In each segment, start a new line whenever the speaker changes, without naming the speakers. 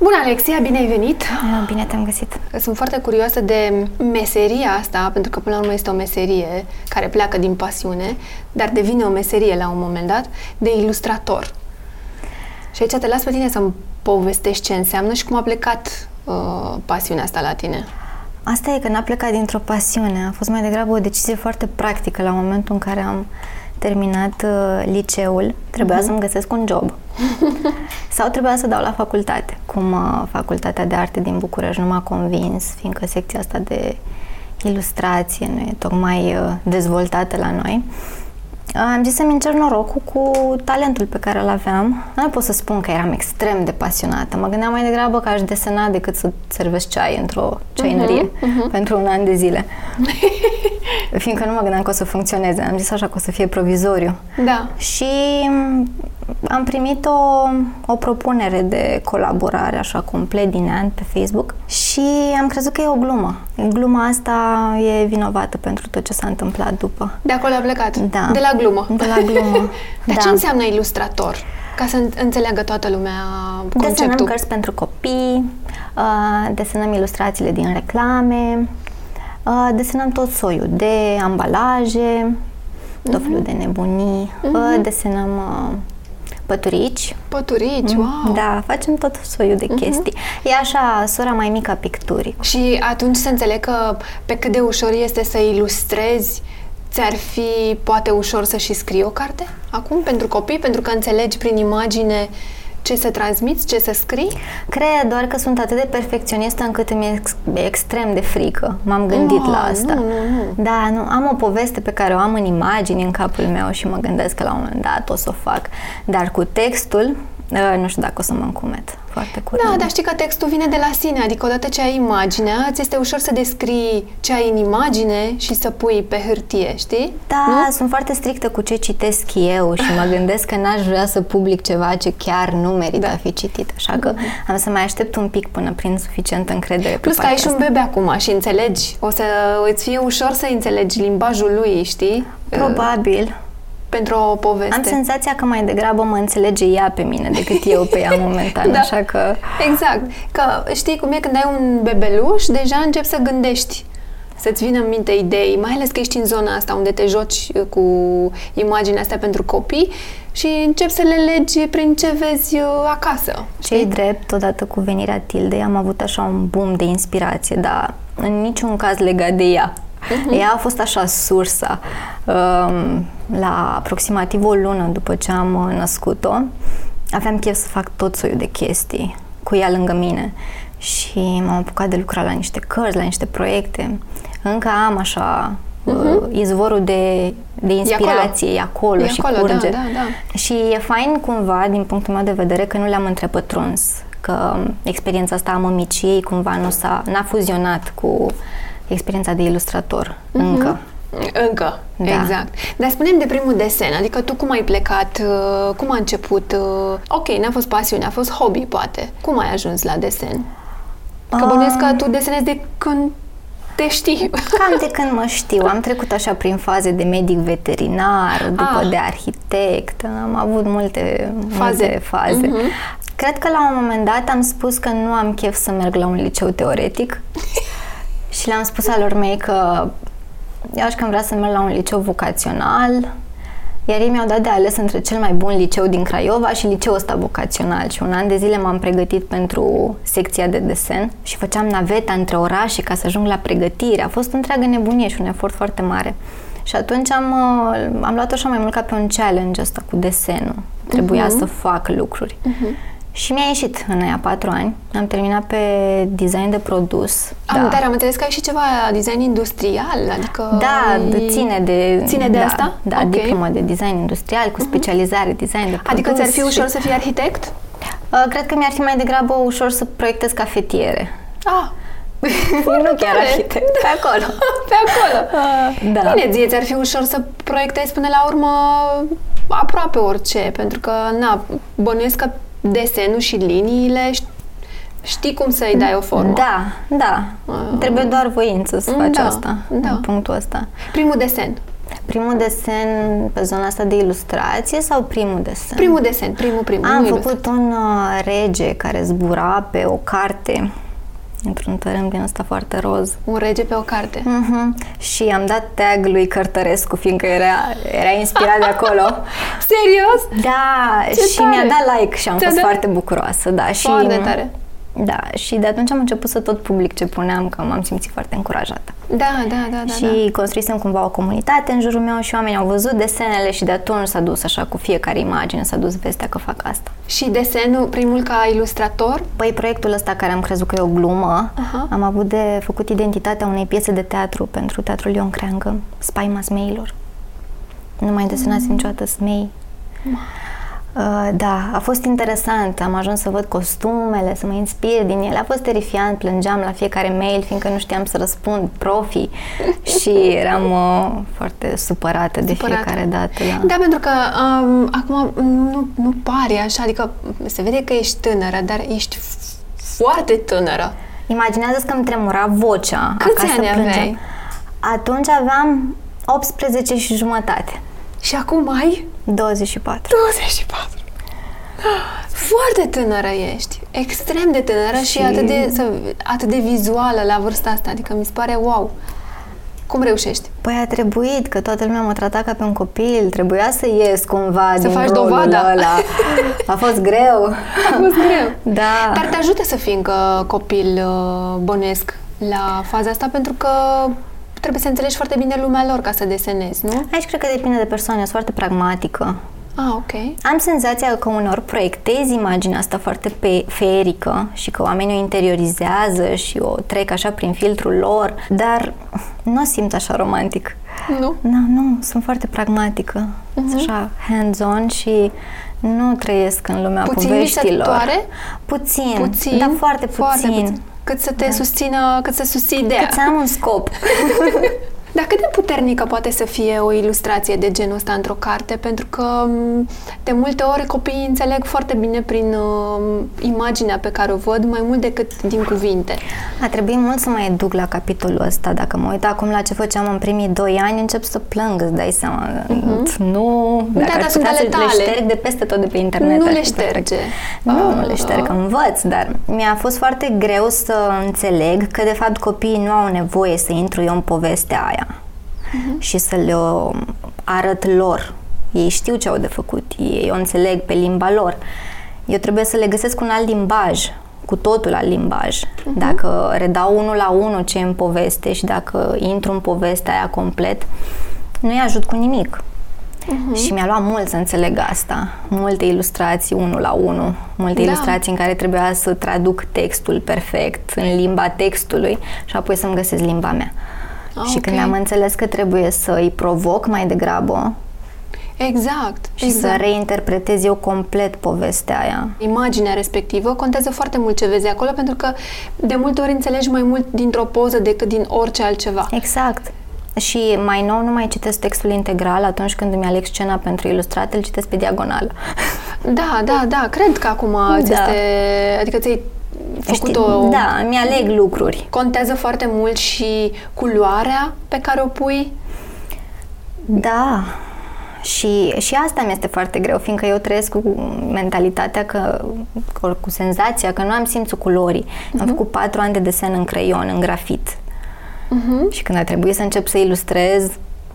Bună, Alexia, bine ai venit!
Ah, Bine te-am găsit.
Sunt foarte curioasă de meseria asta, pentru că până la urmă este o meserie care pleacă din pasiune, dar devine o meserie la un moment dat, de ilustrator. Și aici te las pe tine să-mi povestești ce înseamnă și cum a plecat uh, pasiunea asta la tine.
Asta e că n-a plecat dintr-o pasiune. A fost mai degrabă o decizie foarte practică la momentul în care am terminat uh, liceul. Trebuia să-mi găsesc un job. Sau trebuia să dau la facultate. Cum uh, facultatea de arte din București nu m-a convins, fiindcă secția asta de ilustrație nu e tocmai uh, dezvoltată la noi. Uh, Am zis să-mi încerc norocul cu talentul pe care îl aveam. Nu pot să spun că eram extrem de pasionată. Mă gândeam mai degrabă că aș desena decât să servesc ceai într-o ceainărie uh-huh, uh-huh. pentru un an de zile. Fiindcă nu mă gândeam că o să funcționeze. Am zis așa că o să fie provizoriu.
Da.
Și am primit o, o propunere de colaborare așa complet din an pe Facebook și am crezut că e o glumă. Gluma asta e vinovată pentru tot ce s-a întâmplat după.
De acolo a plecat.
Da.
De la glumă.
De la glumă.
Dar
da.
ce înseamnă ilustrator? Ca să în- înțeleagă toată lumea
Desenăm
conceptul.
cărți pentru copii, uh, desenăm ilustrațiile din reclame, uh, desenăm tot soiul de ambalaje,
Mhm.
tot felul de nebunii, uh, desenăm uh, păturici.
Păturici, wow!
Da, facem tot soiul
Mhm.
de chestii. E așa, sora mai mică a picturii.
Și atunci să înțeleg că pe cât de ușor este să ilustrezi, ți-ar fi poate ușor să și scrii o carte acum pentru copii, pentru că înțelegi prin imagine ce să transmiți, ce să scrii?
Cred doar că sunt atât de perfecționistă încât îmi e ex- extrem de frică. M-am gândit
Oh,
la asta.
nu, nu,
Da, nu, am o poveste pe care o am în imagini în capul meu și mă gândesc că la un moment dat o să o fac. Dar cu textul, ă, nu știu dacă o să mă încumet foarte curând.
Da, dar știi că textul vine de la sine, adică odată ce ai imaginea, ți este ușor să descrii ce ai în imagine și să pui pe hârtie, știi?
Da, sunt foarte strictă cu ce citesc eu și mă gândesc că n-aș vrea să public ceva ce chiar nu
Da.
merită a fi citit, așa că am să mai aștept un pic până prin suficientă încredere. pe
Mhm. Plus că ai
partea
și un bebe acum și înțelegi, o să îți fie ușor să înțelegi limbajul lui, știi?
asta. Probabil.
Pentru o poveste.
Am senzația că mai degrabă mă înțelege ea pe mine decât eu pe ea momentan,
Da.
așa că
Exact. Că știi cum e când ai un bebeluș, deja începi să gândești. Să-ți vină în minte idei, mai ales că ești în zona asta unde te joci uh, cu imaginea asta pentru copii și începi să le legi prin ce vezi uh, acasă.
cei drept, odată cu venirea Tildei, am avut așa un boom de inspirație, dar în niciun caz legat de ea. Ea a fost așa sursa um, la aproximativ o lună după ce am uh, născut-o. Aveam chef să fac tot soiul de chestii cu ea lângă mine și m-am apucat de lucrat la niște cărți, la niște proiecte. Încă am așa uh, izvorul de, de inspirație, e acolo,
E
și
acolo, da,
curge.
da, da.
Și e fain cumva, din punctul meu de vedere, că nu le-am întrepătruns, că experiența asta a mămiciei cumva nu s-a, n-a fuzionat cu experiența de ilustrator
Mhm.
încă.
Încă,
Da.
exact. Dar spunem de primul desen, adică tu cum ai plecat, uh, cum a început, uh, ok, n-a fost pasiune, a fost hobby poate. Cum ai ajuns la desen? Că bănuiesc că tu desenezi de când te știi.
Cam de când mă știu, am trecut așa prin faze de medic veterinar, după
Ah.
de arhitect, am avut multe faze.
Faze. Mhm.
Multe faze. Cred că la un moment dat am spus că nu am chef să merg la un liceu teoretic și le-am spus alor mei că eu aș cam vrea să merg la un liceu vocațional, iar ei mi-au dat de ales între cel mai bun liceu din Craiova și liceul ăsta vocațional și un an de zile m-am pregătit pentru secția de desen și făceam naveta între orașe ca să ajung la pregătire. A fost o întreagă nebunie și un efort foarte mare. Și atunci am, uh, am luat așa mai mult ca pe un challenge ăsta cu desenul. Trebuia să fac lucruri. Și mi-a ieșit în aia patru ani. Am terminat pe design de produs.
Am, dar am înțeles că ai și ceva design industrial, adică...
Da,
ai-
ține de...
Ține de
da,
asta?
Da,
Ok. Mhm.
diplomă de design industrial cu specializare design de produs.
Adică ți-ar fi
și-
ușor să fii arhitect?
Uh, Cred că mi-ar fi mai degrabă ușor să proiectez cafetiere.
Ah,
nu chiar
tare.
arhitect, pe acolo.
pe acolo.
Da.
Bine, ție ți-ar fi ușor să proiectezi până la urmă aproape orice, pentru că, na, bănuiesc că desenul și liniile ș- știi cum să-i dai o formă.
Da, da. Trebuie doar voință să faci asta,
Uh, da.
în punctul ăsta.
Primul desen.
Primul desen pe zona asta de ilustrație sau primul desen?
Primul desen, primul, primul.
Am
nu
făcut
ilustrație.
un uh, rege care zbura pe o carte într-un tărâm din ăsta foarte roz.
Un rege pe o carte.
Uh-huh. Și am dat tag lui Cărtărescu, fiindcă era, era inspirat de acolo.
Serios?
Da,
Ce
și
tare!
mi-a dat like și am
Ți-a
fost
dat-
foarte bucuroasă, da. Și,
Foarte tare.
Da, și de atunci am început să tot public ce puneam, că m-am simțit foarte încurajată.
Da, da, da, da.
și
da.
construisem cumva o comunitate în jurul meu și oamenii au văzut desenele și de atunci s-a dus așa cu fiecare imagine, s-a dus vestea că fac asta.
și desenul, primul ca ilustrator?
Păi proiectul ăsta care am crezut că e o glumă,
Aha.
am avut de făcut identitatea unei piese de teatru pentru Teatrul Ion Creangă, Spaima Smeilor. Nu mai
Mm.
desenase niciodată smei. Uh, da, a fost interesant, am ajuns să văd costumele, să mă inspir din ele, a fost terifiant, plângeam la fiecare mail, fiindcă nu știam să răspund profi și eram uh, foarte supărată de
Supărată.
fiecare dată. Da.
Da, pentru că um, acum nu, nu pare așa, adică se vede că ești tânără, dar ești f- foarte tânără.
Imaginează-ți că îmi tremura vocea.
Câți
acasă
ani
plângeam.
aveai?
Atunci aveam 18 și jumătate.
Și acum ai
24.
24. Foarte tânără ești, extrem de tânără și,
Și-
atât, de, să, atât de vizuală la vârsta asta, adică mi se pare wow. Cum reușești?
Păi a trebuit, că toată lumea mă trata ca pe un copil, trebuia să ies cumva
Să
din
faci
rolul
dovada.
ăla. A fost greu.
A fost greu.
Da.
Dar te ajută să fii încă copil uh, bănuiesc la faza asta pentru că trebuie să înțelegi foarte bine lumea lor ca să desenezi, nu?
Aici cred că depinde de persoană, eu sunt foarte pragmatică.
Ah, ok.
Am senzația că uneori proiectez imaginea asta foarte pe- feerică și că oamenii o interiorizează și o trec așa prin filtrul lor, dar nu o simt așa romantic.
Nu?
Da, nu, sunt foarte pragmatică.
Mhm.
Sunt așa hands-on și nu trăiesc în lumea
Puțin
poveștilor.
visătoare?
Puțin,
Puțin.
dar foarte puțin.
Foarte puțin. Cât să te da. susțină, cât să susții ideea.
Cât să am un scop.
Dar cât de puternică poate să fie o ilustrație de genul ăsta într-o carte? Pentru că m, de multe ori copiii înțeleg foarte bine prin uh, imaginea pe care o văd, mai mult decât din cuvinte.
A trebuit mult să mă educ la capitolul ăsta. Dacă mă uit acum la ce făceam în primii doi ani, încep să plâng, îți dai seama. Nu,
Da,
dacă
dar
ar
sunt
putea să
ale
le
tale.
șterg de peste tot de pe internet.
Nu
ar
le
fi perfect.
șterge.
Nu,
Ah.
nu le șterg, învăț, dar mi-a fost foarte greu să înțeleg că de fapt copiii nu au nevoie să intru eu în povestea aia
Mhm.
și să le o arăt lor. Ei știu ce au de făcut, ei o înțeleg pe limba lor. Eu trebuie să le găsesc un alt limbaj, cu totul alt limbaj.
Mhm.
Dacă redau unul la unul ce e în poveste și dacă intru în povestea aia complet, nu-i ajut cu nimic.
Mhm.
Și mi-a luat mult să înțeleg asta. Multe ilustrații unul la unul, multe
Da.
ilustrații în care trebuia să traduc textul perfect în limba textului și apoi să-mi găsesc limba mea.
Ah,
și când
ok.
am înțeles că trebuie să îi provoc mai degrabă
Exact.
și
exact.
să reinterpretez eu complet povestea aia.
Imaginea respectivă contează foarte mult ce vezi acolo pentru că de multe ori înțelegi mai mult dintr-o poză decât din orice altceva.
Exact. Și mai nou nu mai citesc textul integral atunci când îmi aleg scena pentru ilustrate, îl citesc pe diagonală.
Da, da, da, cred că acum ți
Da.
este, adică ți-ai făcut
Știi?
o...
Da, îmi aleg lucruri.
Contează foarte mult și culoarea pe care o pui.
Da. Și, și asta mi este foarte greu, fiindcă eu trăiesc cu mentalitatea că, cu, cu senzația că nu am simțul culorii. Uh-huh. Am făcut patru ani de desen în creion, în grafit. Uh-huh. Și când a trebuit să încep să ilustrez,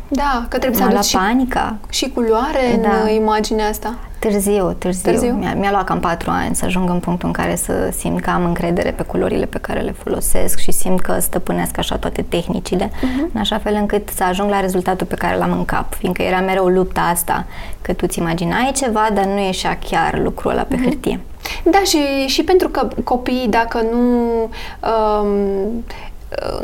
Da, că trebuie să
m-a
aduci
luat
și,
panica.
și culoare
Da.
în uh, imaginea asta.
Târziu, târziu.
Târziu?
Mi-a, mi-a luat cam patru ani să ajung în punctul în care să simt că am încredere pe culorile pe care le folosesc și simt că stăpânesc așa toate tehnicile, uh-huh. în așa fel încât să ajung la rezultatul pe care l-am în cap, fiindcă era mereu lupta asta, că tu ți imaginai ceva, dar nu ieșea chiar lucrul ăla pe uh-huh. hârtie.
Da, și, și pentru că copiii, dacă nu, um,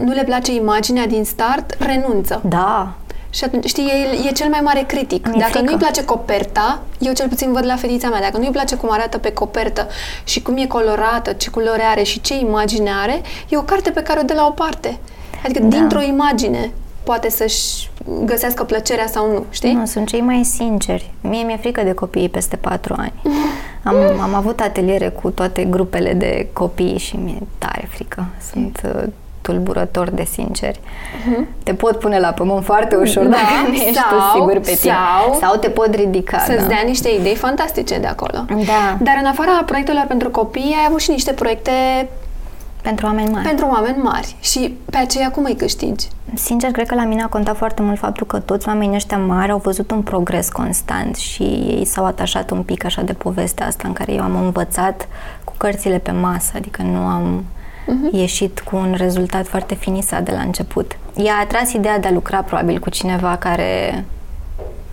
nu le place imaginea din start, renunță.
Da,
Și atunci, știi, e, e cel mai mare critic.
Mi-e
dacă
frică.
nu-i place coperta, eu cel puțin văd la fetița mea, dacă nu-i place cum arată pe copertă și cum e colorată, ce culoare are și ce imagine are, e o carte pe care o dă la o parte. Adică
Da.
dintr-o imagine poate să-și găsească plăcerea sau nu, știi?
Nu, sunt cei mai sinceri. Mie mi-e frică de copiii peste patru ani. Am, am avut ateliere cu toate grupele de copii și mi-e tare frică. Sunt uh, tulburător de sinceri. Uh-huh. Te pot pune la pământ foarte ușor da, dacă nu ești
sau-
tu sigur pe tine.
sau-
sau te pot ridica.
Să-ți
da.
dea niște idei fantastice de acolo.
Da.
Dar în afara proiectelor pentru copii, ai avut și niște proiecte
Pentru oameni mari.
pentru oameni mari. Și pe aceea cum îi câștigi?
Sincer, cred că la mine a contat foarte mult faptul că toți oamenii ăștia mari au văzut un progres constant și ei s-au atașat un pic așa de povestea asta în care eu am învățat cu cărțile pe masă, adică nu am uh-huh. ieșit cu un rezultat foarte finisat de la început. I-a atras ideea de a lucra probabil cu cineva care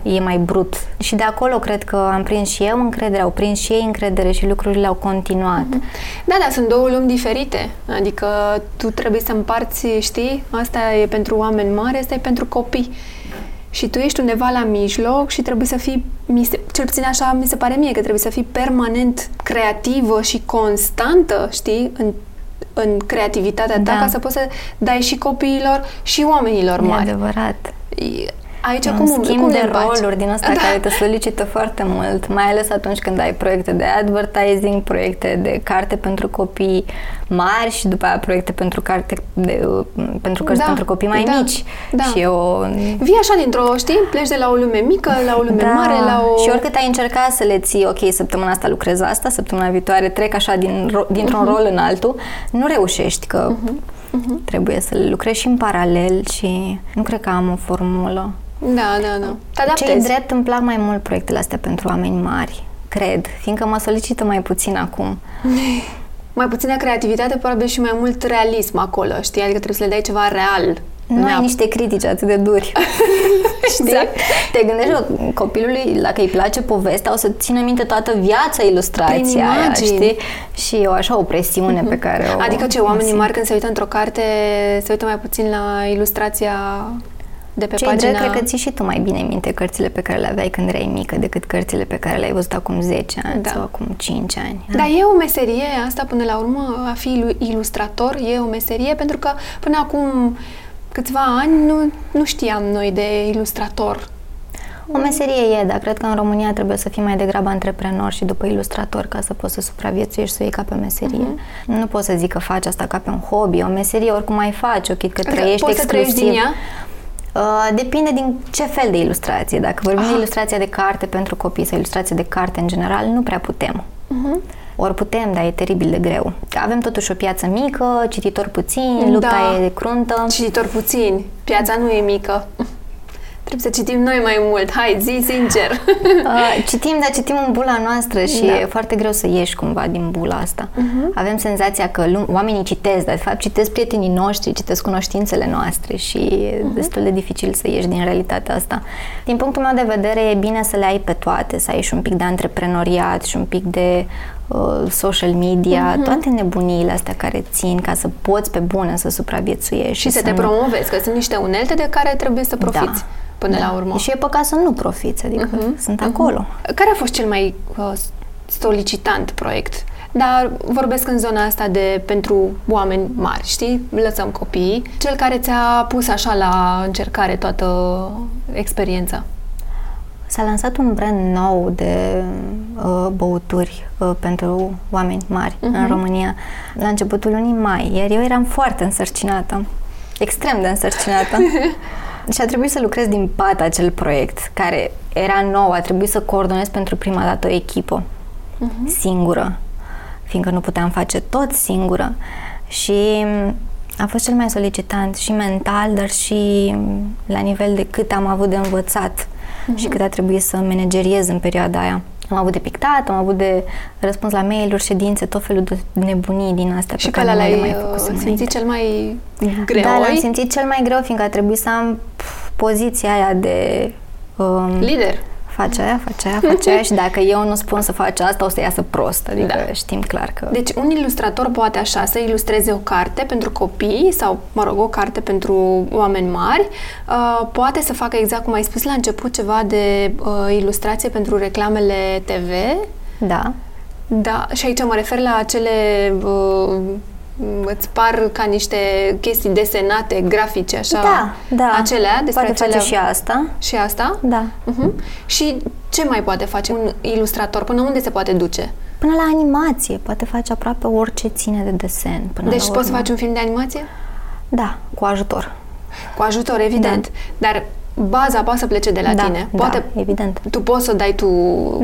e mai brut. Și de acolo cred că am prins și eu încredere, au prins și ei încredere și lucrurile au continuat. Uh-huh.
Da, da, sunt două lumi diferite. Adică tu trebuie să împarți, știi, asta e pentru oameni mari, asta e pentru copii. Și tu ești undeva la mijloc și trebuie să fii, mi se, cel puțin așa mi se pare mie, că trebuie să fii permanent creativă și constantă, știi, în, în creativitatea ta,
Da.
ca să poți să dai și copiilor și oamenilor
E
mari.
adevărat.
E- Aici
un
cum,
schimb
cum
de
îl faci?
roluri din asta
Da.
care te solicită foarte mult, mai ales atunci când ai proiecte de advertising, proiecte de carte pentru copii mari și după aia proiecte pentru carte de, pentru cărți
Da,
pentru copii mai
da,
mici.
da.
Și eu
Vii așa dintr-o, știi, pleci de la o lume mică, la o lume mare, la o...
Da. Și oricât ai încerca să le ții, ok, săptămâna asta lucrez asta, săptămâna viitoare trec așa din, ro- dintr-un
Mhm.
rol în altul, nu reușești că trebuie să le lucrezi și în paralel și nu cred că am o formulă.
Da, da, da. Te
Ce
adaptezi.
drept îmi plac mai mult proiectele astea pentru oameni mari, cred, fiindcă mă solicită mai puțin acum.
Mai puțină creativitate, probabil și mai mult realism acolo, știi? Adică trebuie să le dai ceva real.
Nu
Neap-
ai niște critici atât de duri. Știi?
Da. Exact.
Te gândești că copilului, dacă îi place povestea, o să țină minte toată viața
Prin
ilustrația aia,
imagini.
știi? Și e o așa o presiune pe care o...
Adică ce,
o
oamenii
simt.
mari când se uită într-o carte, se uită mai puțin la ilustrația de pe
Cei
pagina...
drept, cred că ții și tu mai bine minte cărțile pe care le aveai când erai mică decât cărțile pe care le-ai văzut acum 10 ani
Da.
sau acum 5 ani.
Dar Da, e o meserie asta până la urmă, a fi ilu- ilustrator e o meserie pentru că până acum câțiva ani nu, nu știam noi de ilustrator.
O meserie e, dar cred că în România trebuie să fii mai degrabă antreprenor și după ilustrator ca să poți să supraviețuiești, să o iei ca pe meserie.
Mhm.
Nu poți să zic că faci asta ca pe un hobby, o meserie oricum mai faci, ok, că
Adică
trăiești
poți să trăiești
exclusiv.
din ea?
Uh, Depinde din ce fel de ilustrație. Dacă vorbim
Aha.
de ilustrația de carte pentru copii sau ilustrație de carte în general, nu prea putem.
Uh-huh.
Ori putem, dar e teribil de greu. Avem totuși o piață mică, cititori puțini, lupta
Da.
e cruntă.
Cititori puțini, piața nu e mică. Trebuie să citim noi mai mult. Hai, zi sincer.
Uh, citim, dar citim în bula noastră și
Da. Mhm.
e foarte greu să ieși cumva din bula asta. Uh-huh. Avem senzația că lum- oamenii citesc, dar de fapt citesc prietenii noștri, citesc cunoștințele noastre și e
Mhm.
destul de dificil să ieși din realitatea asta. Din punctul meu de vedere, e bine să le ai pe toate, să ai și un pic de antreprenoriat și un pic de uh, social media,
Mhm.
uh-huh. toate nebuniile astea care țin ca să poți pe bune să supraviețuiești.
și să te
nu-
promovezi, că sunt niște unelte de care trebuie să profiți
Da.
până la urmă.
Și e păcat să nu profiți, adică
Mhm.
uh-huh. sunt acolo.
Care a fost cel mai uh, solicitant proiect? Dar vorbesc în zona asta de pentru oameni mari, știi? Lăsăm copiii. Cel care ți-a pus așa la încercare toată experiența.
S-a lansat un brand nou de uh, băuturi uh, pentru oameni mari uh-huh. în România la începutul lunii mai, iar eu eram foarte însărcinată, extrem de însărcinată. Și a trebuit să lucrez din pat acel proiect care era nou, a trebuit să coordonez pentru prima dată o echipă uh-huh. singură, fiindcă nu puteam face tot singură. Și a fost cel mai solicitant și mental, dar și la nivel de cât am avut de învățat
Mhm.
și cât a trebuit să manageriez în perioada aia. Am avut de pictat, am avut de răspuns la mail-uri, ședințe, tot felul de nebunii din astea
Și
pe
pe
care
ăla
nu le
l-ai
mai
uh,
făcusem înainte.
simțit cel mai greu?
Da, l-am
oi?
simțit cel mai greu, fiindcă a trebuit să am pf, poziția aia de... Um,
Lider.
face aia, face aia, face aia și dacă eu nu spun să faci asta, o să iasă prost. Adică
Da.
da. știm clar că...
Deci un ilustrator poate așa să ilustreze o carte pentru copii sau, mă rog, o carte pentru oameni mari. Uh, poate să facă exact cum ai spus la început ceva de uh, ilustrație pentru reclamele TV.
Da.
Da, și aici mă refer la acele uh, îți par ca niște chestii desenate, grafice, așa.
Da, da.
Acelea, despre
Poate
acelea.
face și asta.
Și asta?
Da.
Uh-huh. Și ce mai poate face un ilustrator? Până unde se poate duce?
Până la animație, poate face aproape orice ține de desen. Până
Deci
la
poți să
urmă.
faci un film de animație?
Da, cu ajutor.
Cu ajutor, evident. Da. Dar baza poate să plece de la
da,
tine. Poate
da, evident.
tu poți să dai tu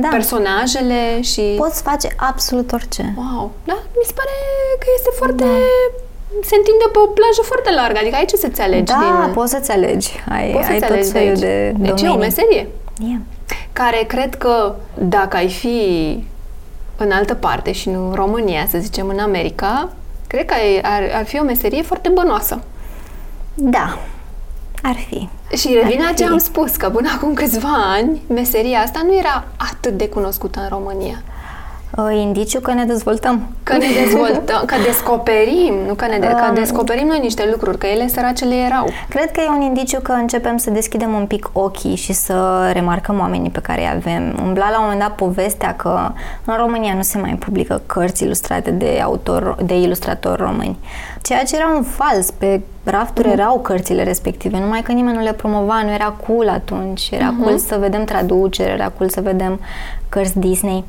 Da.
personajele și...
Poți face absolut orice.
Wow, da, mi se pare că este foarte... Se întinde pe o plajă foarte largă, adică aici să-ți alegi
da,
din...
poți să-ți alegi. Ai,
poți
ai
să-ți
tot
alegi
felul
aici.
de domenii.
Deci e o meserie
E.
care cred că dacă ai fi în altă parte și nu în România, să zicem în America, cred că ai- ar, ar fi o meserie foarte bănoasă.
Da, ar fi.
Și revin la ce
fi.
am spus, că până acum câțiva ani, meseria asta nu era atât de cunoscută în România.
Uh, Indiciu că ne dezvoltăm.
Că ne dezvoltăm, că descoperim, nu că ne de, că
Um.
descoperim noi niște lucruri, că ele săracele erau.
Cred că e un indiciu că începem să deschidem un pic ochii și să remarcăm oamenii pe care îi avem. Umbla la un moment dat povestea că în România nu se mai publică cărți ilustrate de autor, de ilustratori români. Ceea ce era un fals. Pe rafturi erau cărțile respective, numai că nimeni nu le promova, nu era cool atunci. Era cool să vedem traducere, era cool să vedem cărți Disney.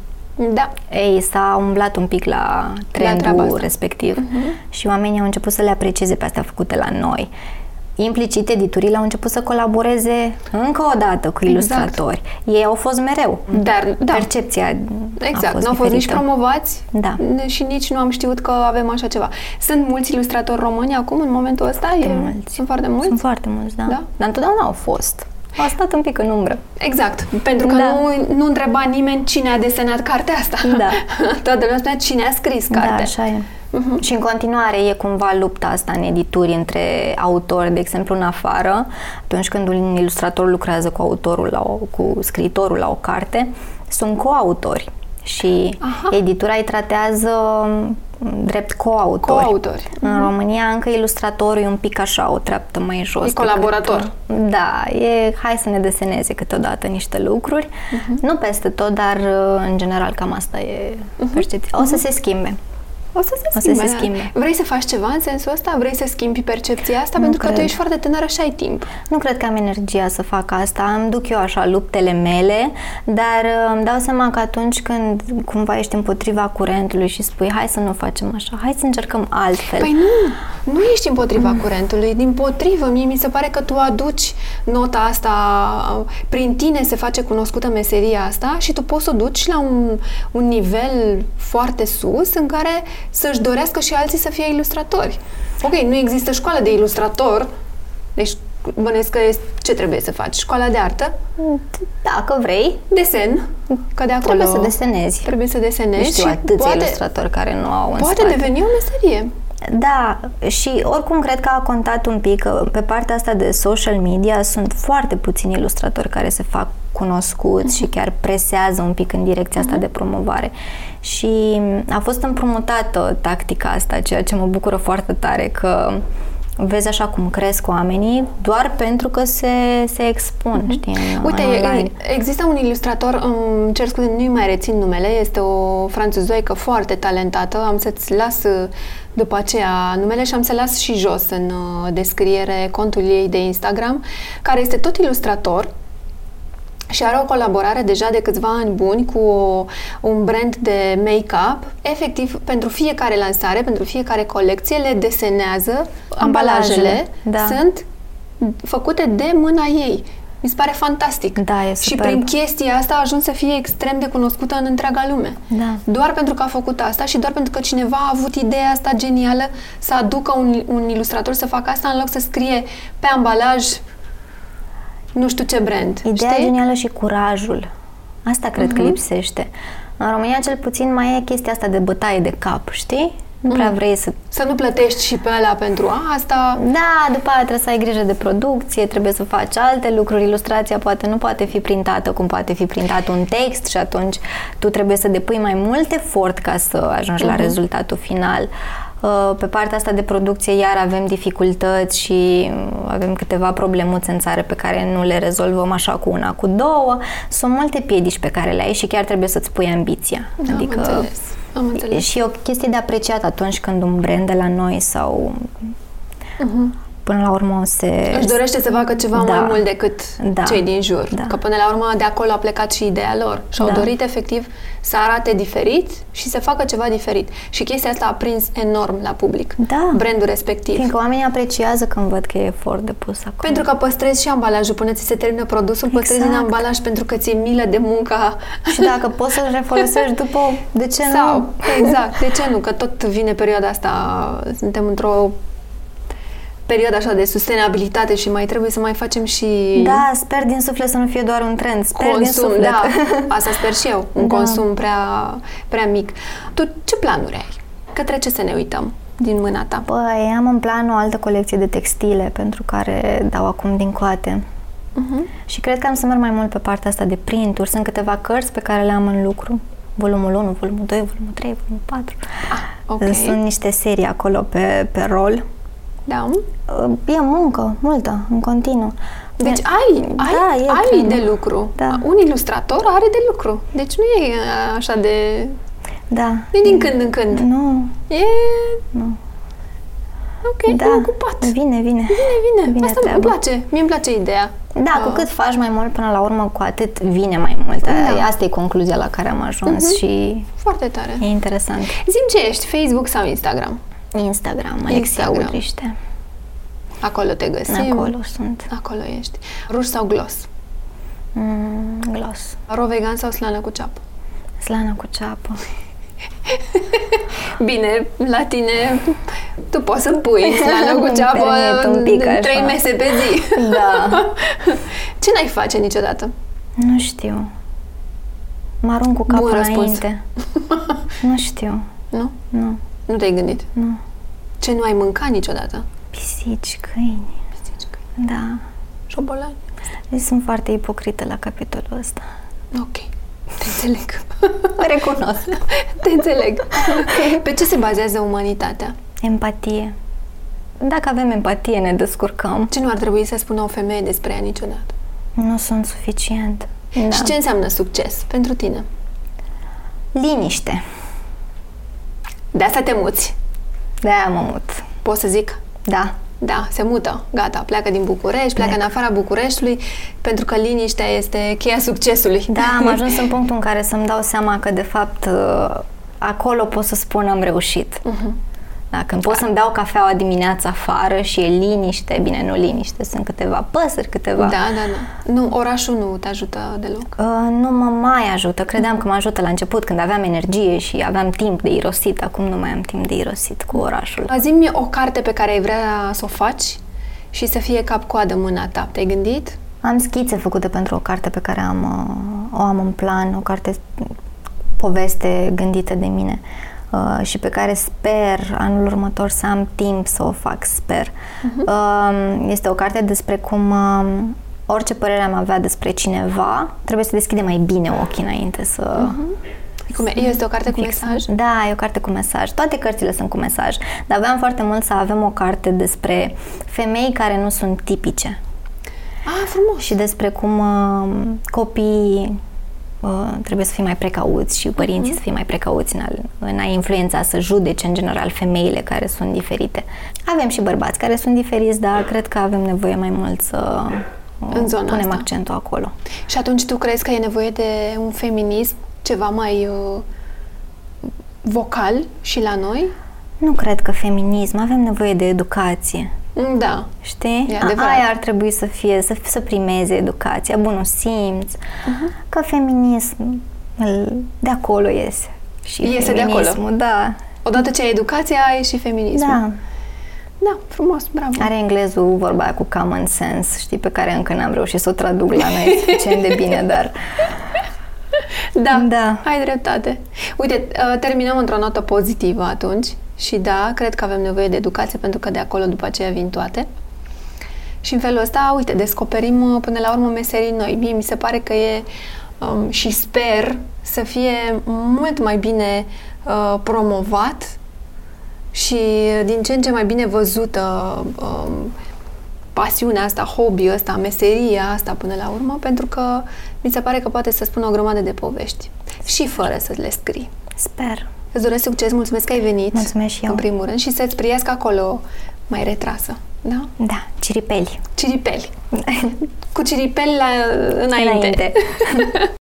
Da,
Ei, s-a umblat un pic la
treaba
trendul
asta. Mhm.
respectiv uh-huh. și oamenii au început să le aprecieze pe astea făcute la noi. Implicit, editurile au început să colaboreze încă o dată cu ilustratori. Exact. Ei au fost mereu.
dar da,
Percepția a
exact,
fost
nu au fost nici
diferită.
promovați
Da.
n- și nici nu am știut că avem așa ceva. Sunt mulți ilustratori români acum, în momentul ăsta? e,
mulți.
Sunt foarte mulți?
Sunt foarte mulți, da.
Da?
Dar întotdeauna au fost. Au stat un pic în umbră.
Exact, pentru că
Da.
nu, nu întreba nimeni cine a desenat cartea asta.
Da.
Toată lumea spunea cine a scris
Da,
cartea.
așa e. Uh-huh. Și în continuare e cumva lupta asta în edituri între autori, de exemplu în afară, atunci când un ilustrator lucrează cu autorul, la o, cu scriitorul la o carte, sunt coautori și
Aha.
editura îi tratează m, drept coautori.
Coautori.
În România încă ilustratorul e un pic așa, o treaptă mai jos.
E colaborator.
decât- Da, e hai să ne deseneze câteodată niște lucruri. Uh-huh. Nu peste tot, dar uh, în general cam asta e uh-huh.
Mhm.
percepția. O să se schimbe.
O să se
O să
schimbe.
se
da.
schimbe.
Vrei să faci ceva în sensul ăsta? Vrei să schimbi percepția asta? pentru că
cred.
tu ești foarte tânără și ai timp.
Nu cred că am energia să fac asta, îmi duc eu așa luptele mele, dar uh, îmi dau seama că atunci când cumva ești împotriva curentului și spui hai să nu facem așa, hai să încercăm altfel.
Păi nu, nu ești împotriva
Mm.
curentului, din potrivă, mie mi se pare că tu aduci nota asta, prin tine se face cunoscută meseria asta și tu poți să o duci la un, un nivel foarte sus în care să-și dorească și alții să fie ilustratori. Ok, nu există școală de ilustrator, deci bănesc că este, ce trebuie să faci? Școala de artă,
Dacă vrei,
desen, că de acolo
trebuie să desenezi.
trebuie să
Nu
desenezi
știu
și
atâția
poate,
ilustratori care nu au în
poate
spate.
deveni o meserie.
Da, și oricum cred că a contat un pic că pe partea asta de social media sunt foarte puțini ilustratori care se fac cunoscuți
Mhm.
și chiar presează un pic în direcția asta de promovare. Și mm, a fost împrumutată tactica asta, ceea ce mă bucură foarte tare că vezi așa cum cresc oamenii doar pentru că se, se expun, știi, în,
Mhm. Uite,
în online.
e- există un ilustrator, îmi cer scuze, nu-i mai rețin numele, este o franțuzoică foarte talentată, am să-ți las uh, după aceea numele și am să las și jos în uh, descriere contul ei de Instagram, care este tot ilustrator, și are o colaborare deja de câțiva ani buni cu o, un brand de make-up. Efectiv, pentru fiecare lansare, pentru fiecare colecție, le desenează ambalajele.
Ambalajele, da.
Sunt făcute de mâna ei. Mi se pare fantastic.
Da, e
Și
superb.
prin chestia asta a ajuns să fie extrem de cunoscută în întreaga lume.
Da.
Doar pentru că a făcut asta și doar pentru că cineva a avut ideea asta genială să aducă un, un ilustrator să facă asta în loc să scrie pe ambalaj nu știu ce brand.
Ideea
știi?
genială și curajul. Asta cred uh-huh. că lipsește. În România, cel puțin, mai e chestia asta de bătaie de cap, știi? Nu prea vrei să...
Să nu plătești și pe ăla pentru asta.
Da, după aia trebuie să ai grijă de producție, trebuie să faci alte lucruri, ilustrația poate nu poate fi printată cum poate fi printat un text și atunci tu trebuie să depui mai mult efort ca să ajungi uh-huh.
Mhm.
la rezultatul final. Uh, Pe partea asta de producție iar avem dificultăți și uh, avem câteva problemuțe în țară pe care nu le rezolvăm așa cu una, cu două. Sunt multe piedici pe care le ai și chiar trebuie să-ți pui ambiția. Adică
Da, am înțeles. Am
E
înțeles.
și o chestie de apreciat atunci când un brand de la noi sau uh-huh. până la urmă o se...
Mhm. Își dorește să facă ceva
Da.
mai mult decât
Da.
cei din jur.
Da.
Că până la urmă de acolo a plecat și ideea lor. Și-au
Da.
dorit efectiv să arate diferit și să facă ceva diferit. Și chestia asta a prins enorm la public.
Da.
Brandul respectiv.
Fiindcă oamenii apreciază când văd că e efort depus acolo.
Pentru că păstrezi și ambalajul până ți se termină produsul, păstrezi
Exact.
în ambalaj pentru că ți-e milă de munca.
Și dacă poți să-l refolosești după, de ce
Sau,
nu?
exact, de ce nu? Că tot vine perioada asta, suntem într-o perioadă așa de sustenabilitate și mai trebuie să mai facem și
Da, sper din suflet să nu fie doar un trend. Sper din
consum,
suflet.
da, asta sper și eu, un
Da.
consum prea, prea mic. Tu ce planuri ai? Către ce să ne uităm din mâna ta?
Păi, am în plan o altă colecție de textile pentru care dau acum din coate.
Uh-huh.
Și cred că am să merg mai mult pe partea asta de printuri. Sunt câteva cărți pe care le am în lucru. Volumul 1, volumul 2, volumul 3, volumul 4.
Ah, ok,
Sunt niște serii acolo pe, pe rol.
da.
E muncă, multă, în continuu.
Deci ai, ai,
Da, e
ai
plină.
de lucru.
Da.
Un ilustrator are de lucru. Deci nu e uh, așa de...
Da.
Nu e din când în când.
Nu,
E...
Mm. nu.
Ok,
da.
e ocupat. Vine,
Vine, vine.
vine.
Vine
Asta
treaba.
îmi place. Mie îmi place ideea.
Da, cu
Ah.
cât faci mai mult până la urmă, cu atât vine mai mult.
Da. Mhm.
Asta e concluzia la care am ajuns și
Foarte tare.
e interesant.
Zim ce ești, Facebook sau Instagram?
Instagram, Alexia
Instagram.
Udriște.
Acolo te găsim.
Acolo sunt.
Acolo ești. Ruj sau glos?
Mm, glos.
Ro vegan sau slană cu ceapă?
Slana cu ceapă.
Bine, la tine tu poți să pui slană cu
Îmi
ceapă
permit un pic
în
așa.
trei mese pe zi.
Da.
Ce n-ai face niciodată?
Nu știu. Mă arunc cu capul
Bun răspuns.
înainte. nu știu.
Nu?
Nu,
Nu te-ai gândit?
nu.
Ce nu ai mâncat niciodată?
Pisici, câini. Da.
Șobolani.
Deci sunt foarte ipocrită la capitolul ăsta.
Ok. Te înțeleg.
Recunosc.
Te înțeleg. Pe ce se bazează umanitatea?
Empatie. Dacă avem empatie, ne descurcăm.
Ce nu ar trebui să spună o femeie despre ea niciodată?
Nu sunt suficient. Da.
Și ce înseamnă succes pentru tine?
Liniște.
De asta te muți.
De-aia mă mut.
Pot să zic?
Da.
Da, se mută. Gata, pleacă din București, pleacă în afara Bucureștiului, pentru că liniștea este cheia succesului.
Da, am ajuns în punctul în care să-mi dau seama că, de fapt, uh, acolo pot să spun am reușit. Da, când pot să-mi beau cafeaua dimineața afară și e liniște, bine, nu liniște, sunt câteva păsări, câteva...
Da, da, da. Nu, orașul nu te ajută deloc.
Uh, nu mă mai ajută. Credeam că mă ajută la început, când aveam energie și aveam timp de irosit. Acum nu mai am timp de irosit cu orașul.
Zi-mi o carte pe care ai vrea să o faci și să fie cap-coadă în mâna ta. Te-ai gândit?
Am schițe făcute pentru o carte pe care am, uh, o am în plan, o carte, poveste gândită de mine uh, și pe care sper anul următor să am timp să o fac, sper. Uh, Este o carte despre cum uh, orice părere am avea despre cineva, trebuie să deschidem mai bine ochii înainte să...
Cum e? Este o carte cu
Fix.
mesaj?
Da, e o carte cu mesaj. Toate cărțile sunt cu mesaj, dar aveam foarte mult să avem o carte despre femei care nu sunt tipice
Ah, frumos!
și despre cum uh, copiii uh, trebuie să fii mai precauți și
Mhm.
părinții să fie mai precauți în a, în a influența, să judece în general femeile care sunt diferite. Avem și bărbați care sunt diferiți, dar cred că avem nevoie mai mult să uh,
În zona
punem
asta.
accentul acolo.
Și atunci tu crezi că e nevoie de un feminism ceva mai uh, vocal și la noi?
Nu cred că feminism, avem nevoie de educație.
Mm, Da.
Știi?
E
A-
adevărat.
Aia ar trebui să fie, să, să primeze educația, bunul simț,
Mhm.
că feminism îl- de acolo iese. Și
Iese de
feminismul, Da,
Odată ce ai educația, ai și feminismul.
da.
Da, frumos, bravo.
Are englezul vorba aia cu common sense, știi, pe care încă n-am reușit să o traduc la noi suficient de bine, dar
Da,
Da.
ai dreptate. Uite, uh, terminăm într-o notă pozitivă atunci și da, cred că avem nevoie de educație pentru că de acolo după aceea vin toate. Și în felul ăsta, uite, descoperim uh, până la urmă meserii noi. Mie mi se pare că e um, și sper să fie mult mai bine uh, promovat și uh, din ce în ce mai bine văzută um, pasiunea asta, hobby asta, meseria asta până la urmă, pentru că mi se pare că poate să spună o grămadă de povești și fără să le scrii.
sper.
Îți doresc succes, mulțumesc că ai venit.
Mulțumesc și eu.
În primul rând și să-ți priască acolo mai retrasă. Da?
Da, ciripeli.
Ciripeli. Cu ciripeli la, înainte.
Înainte.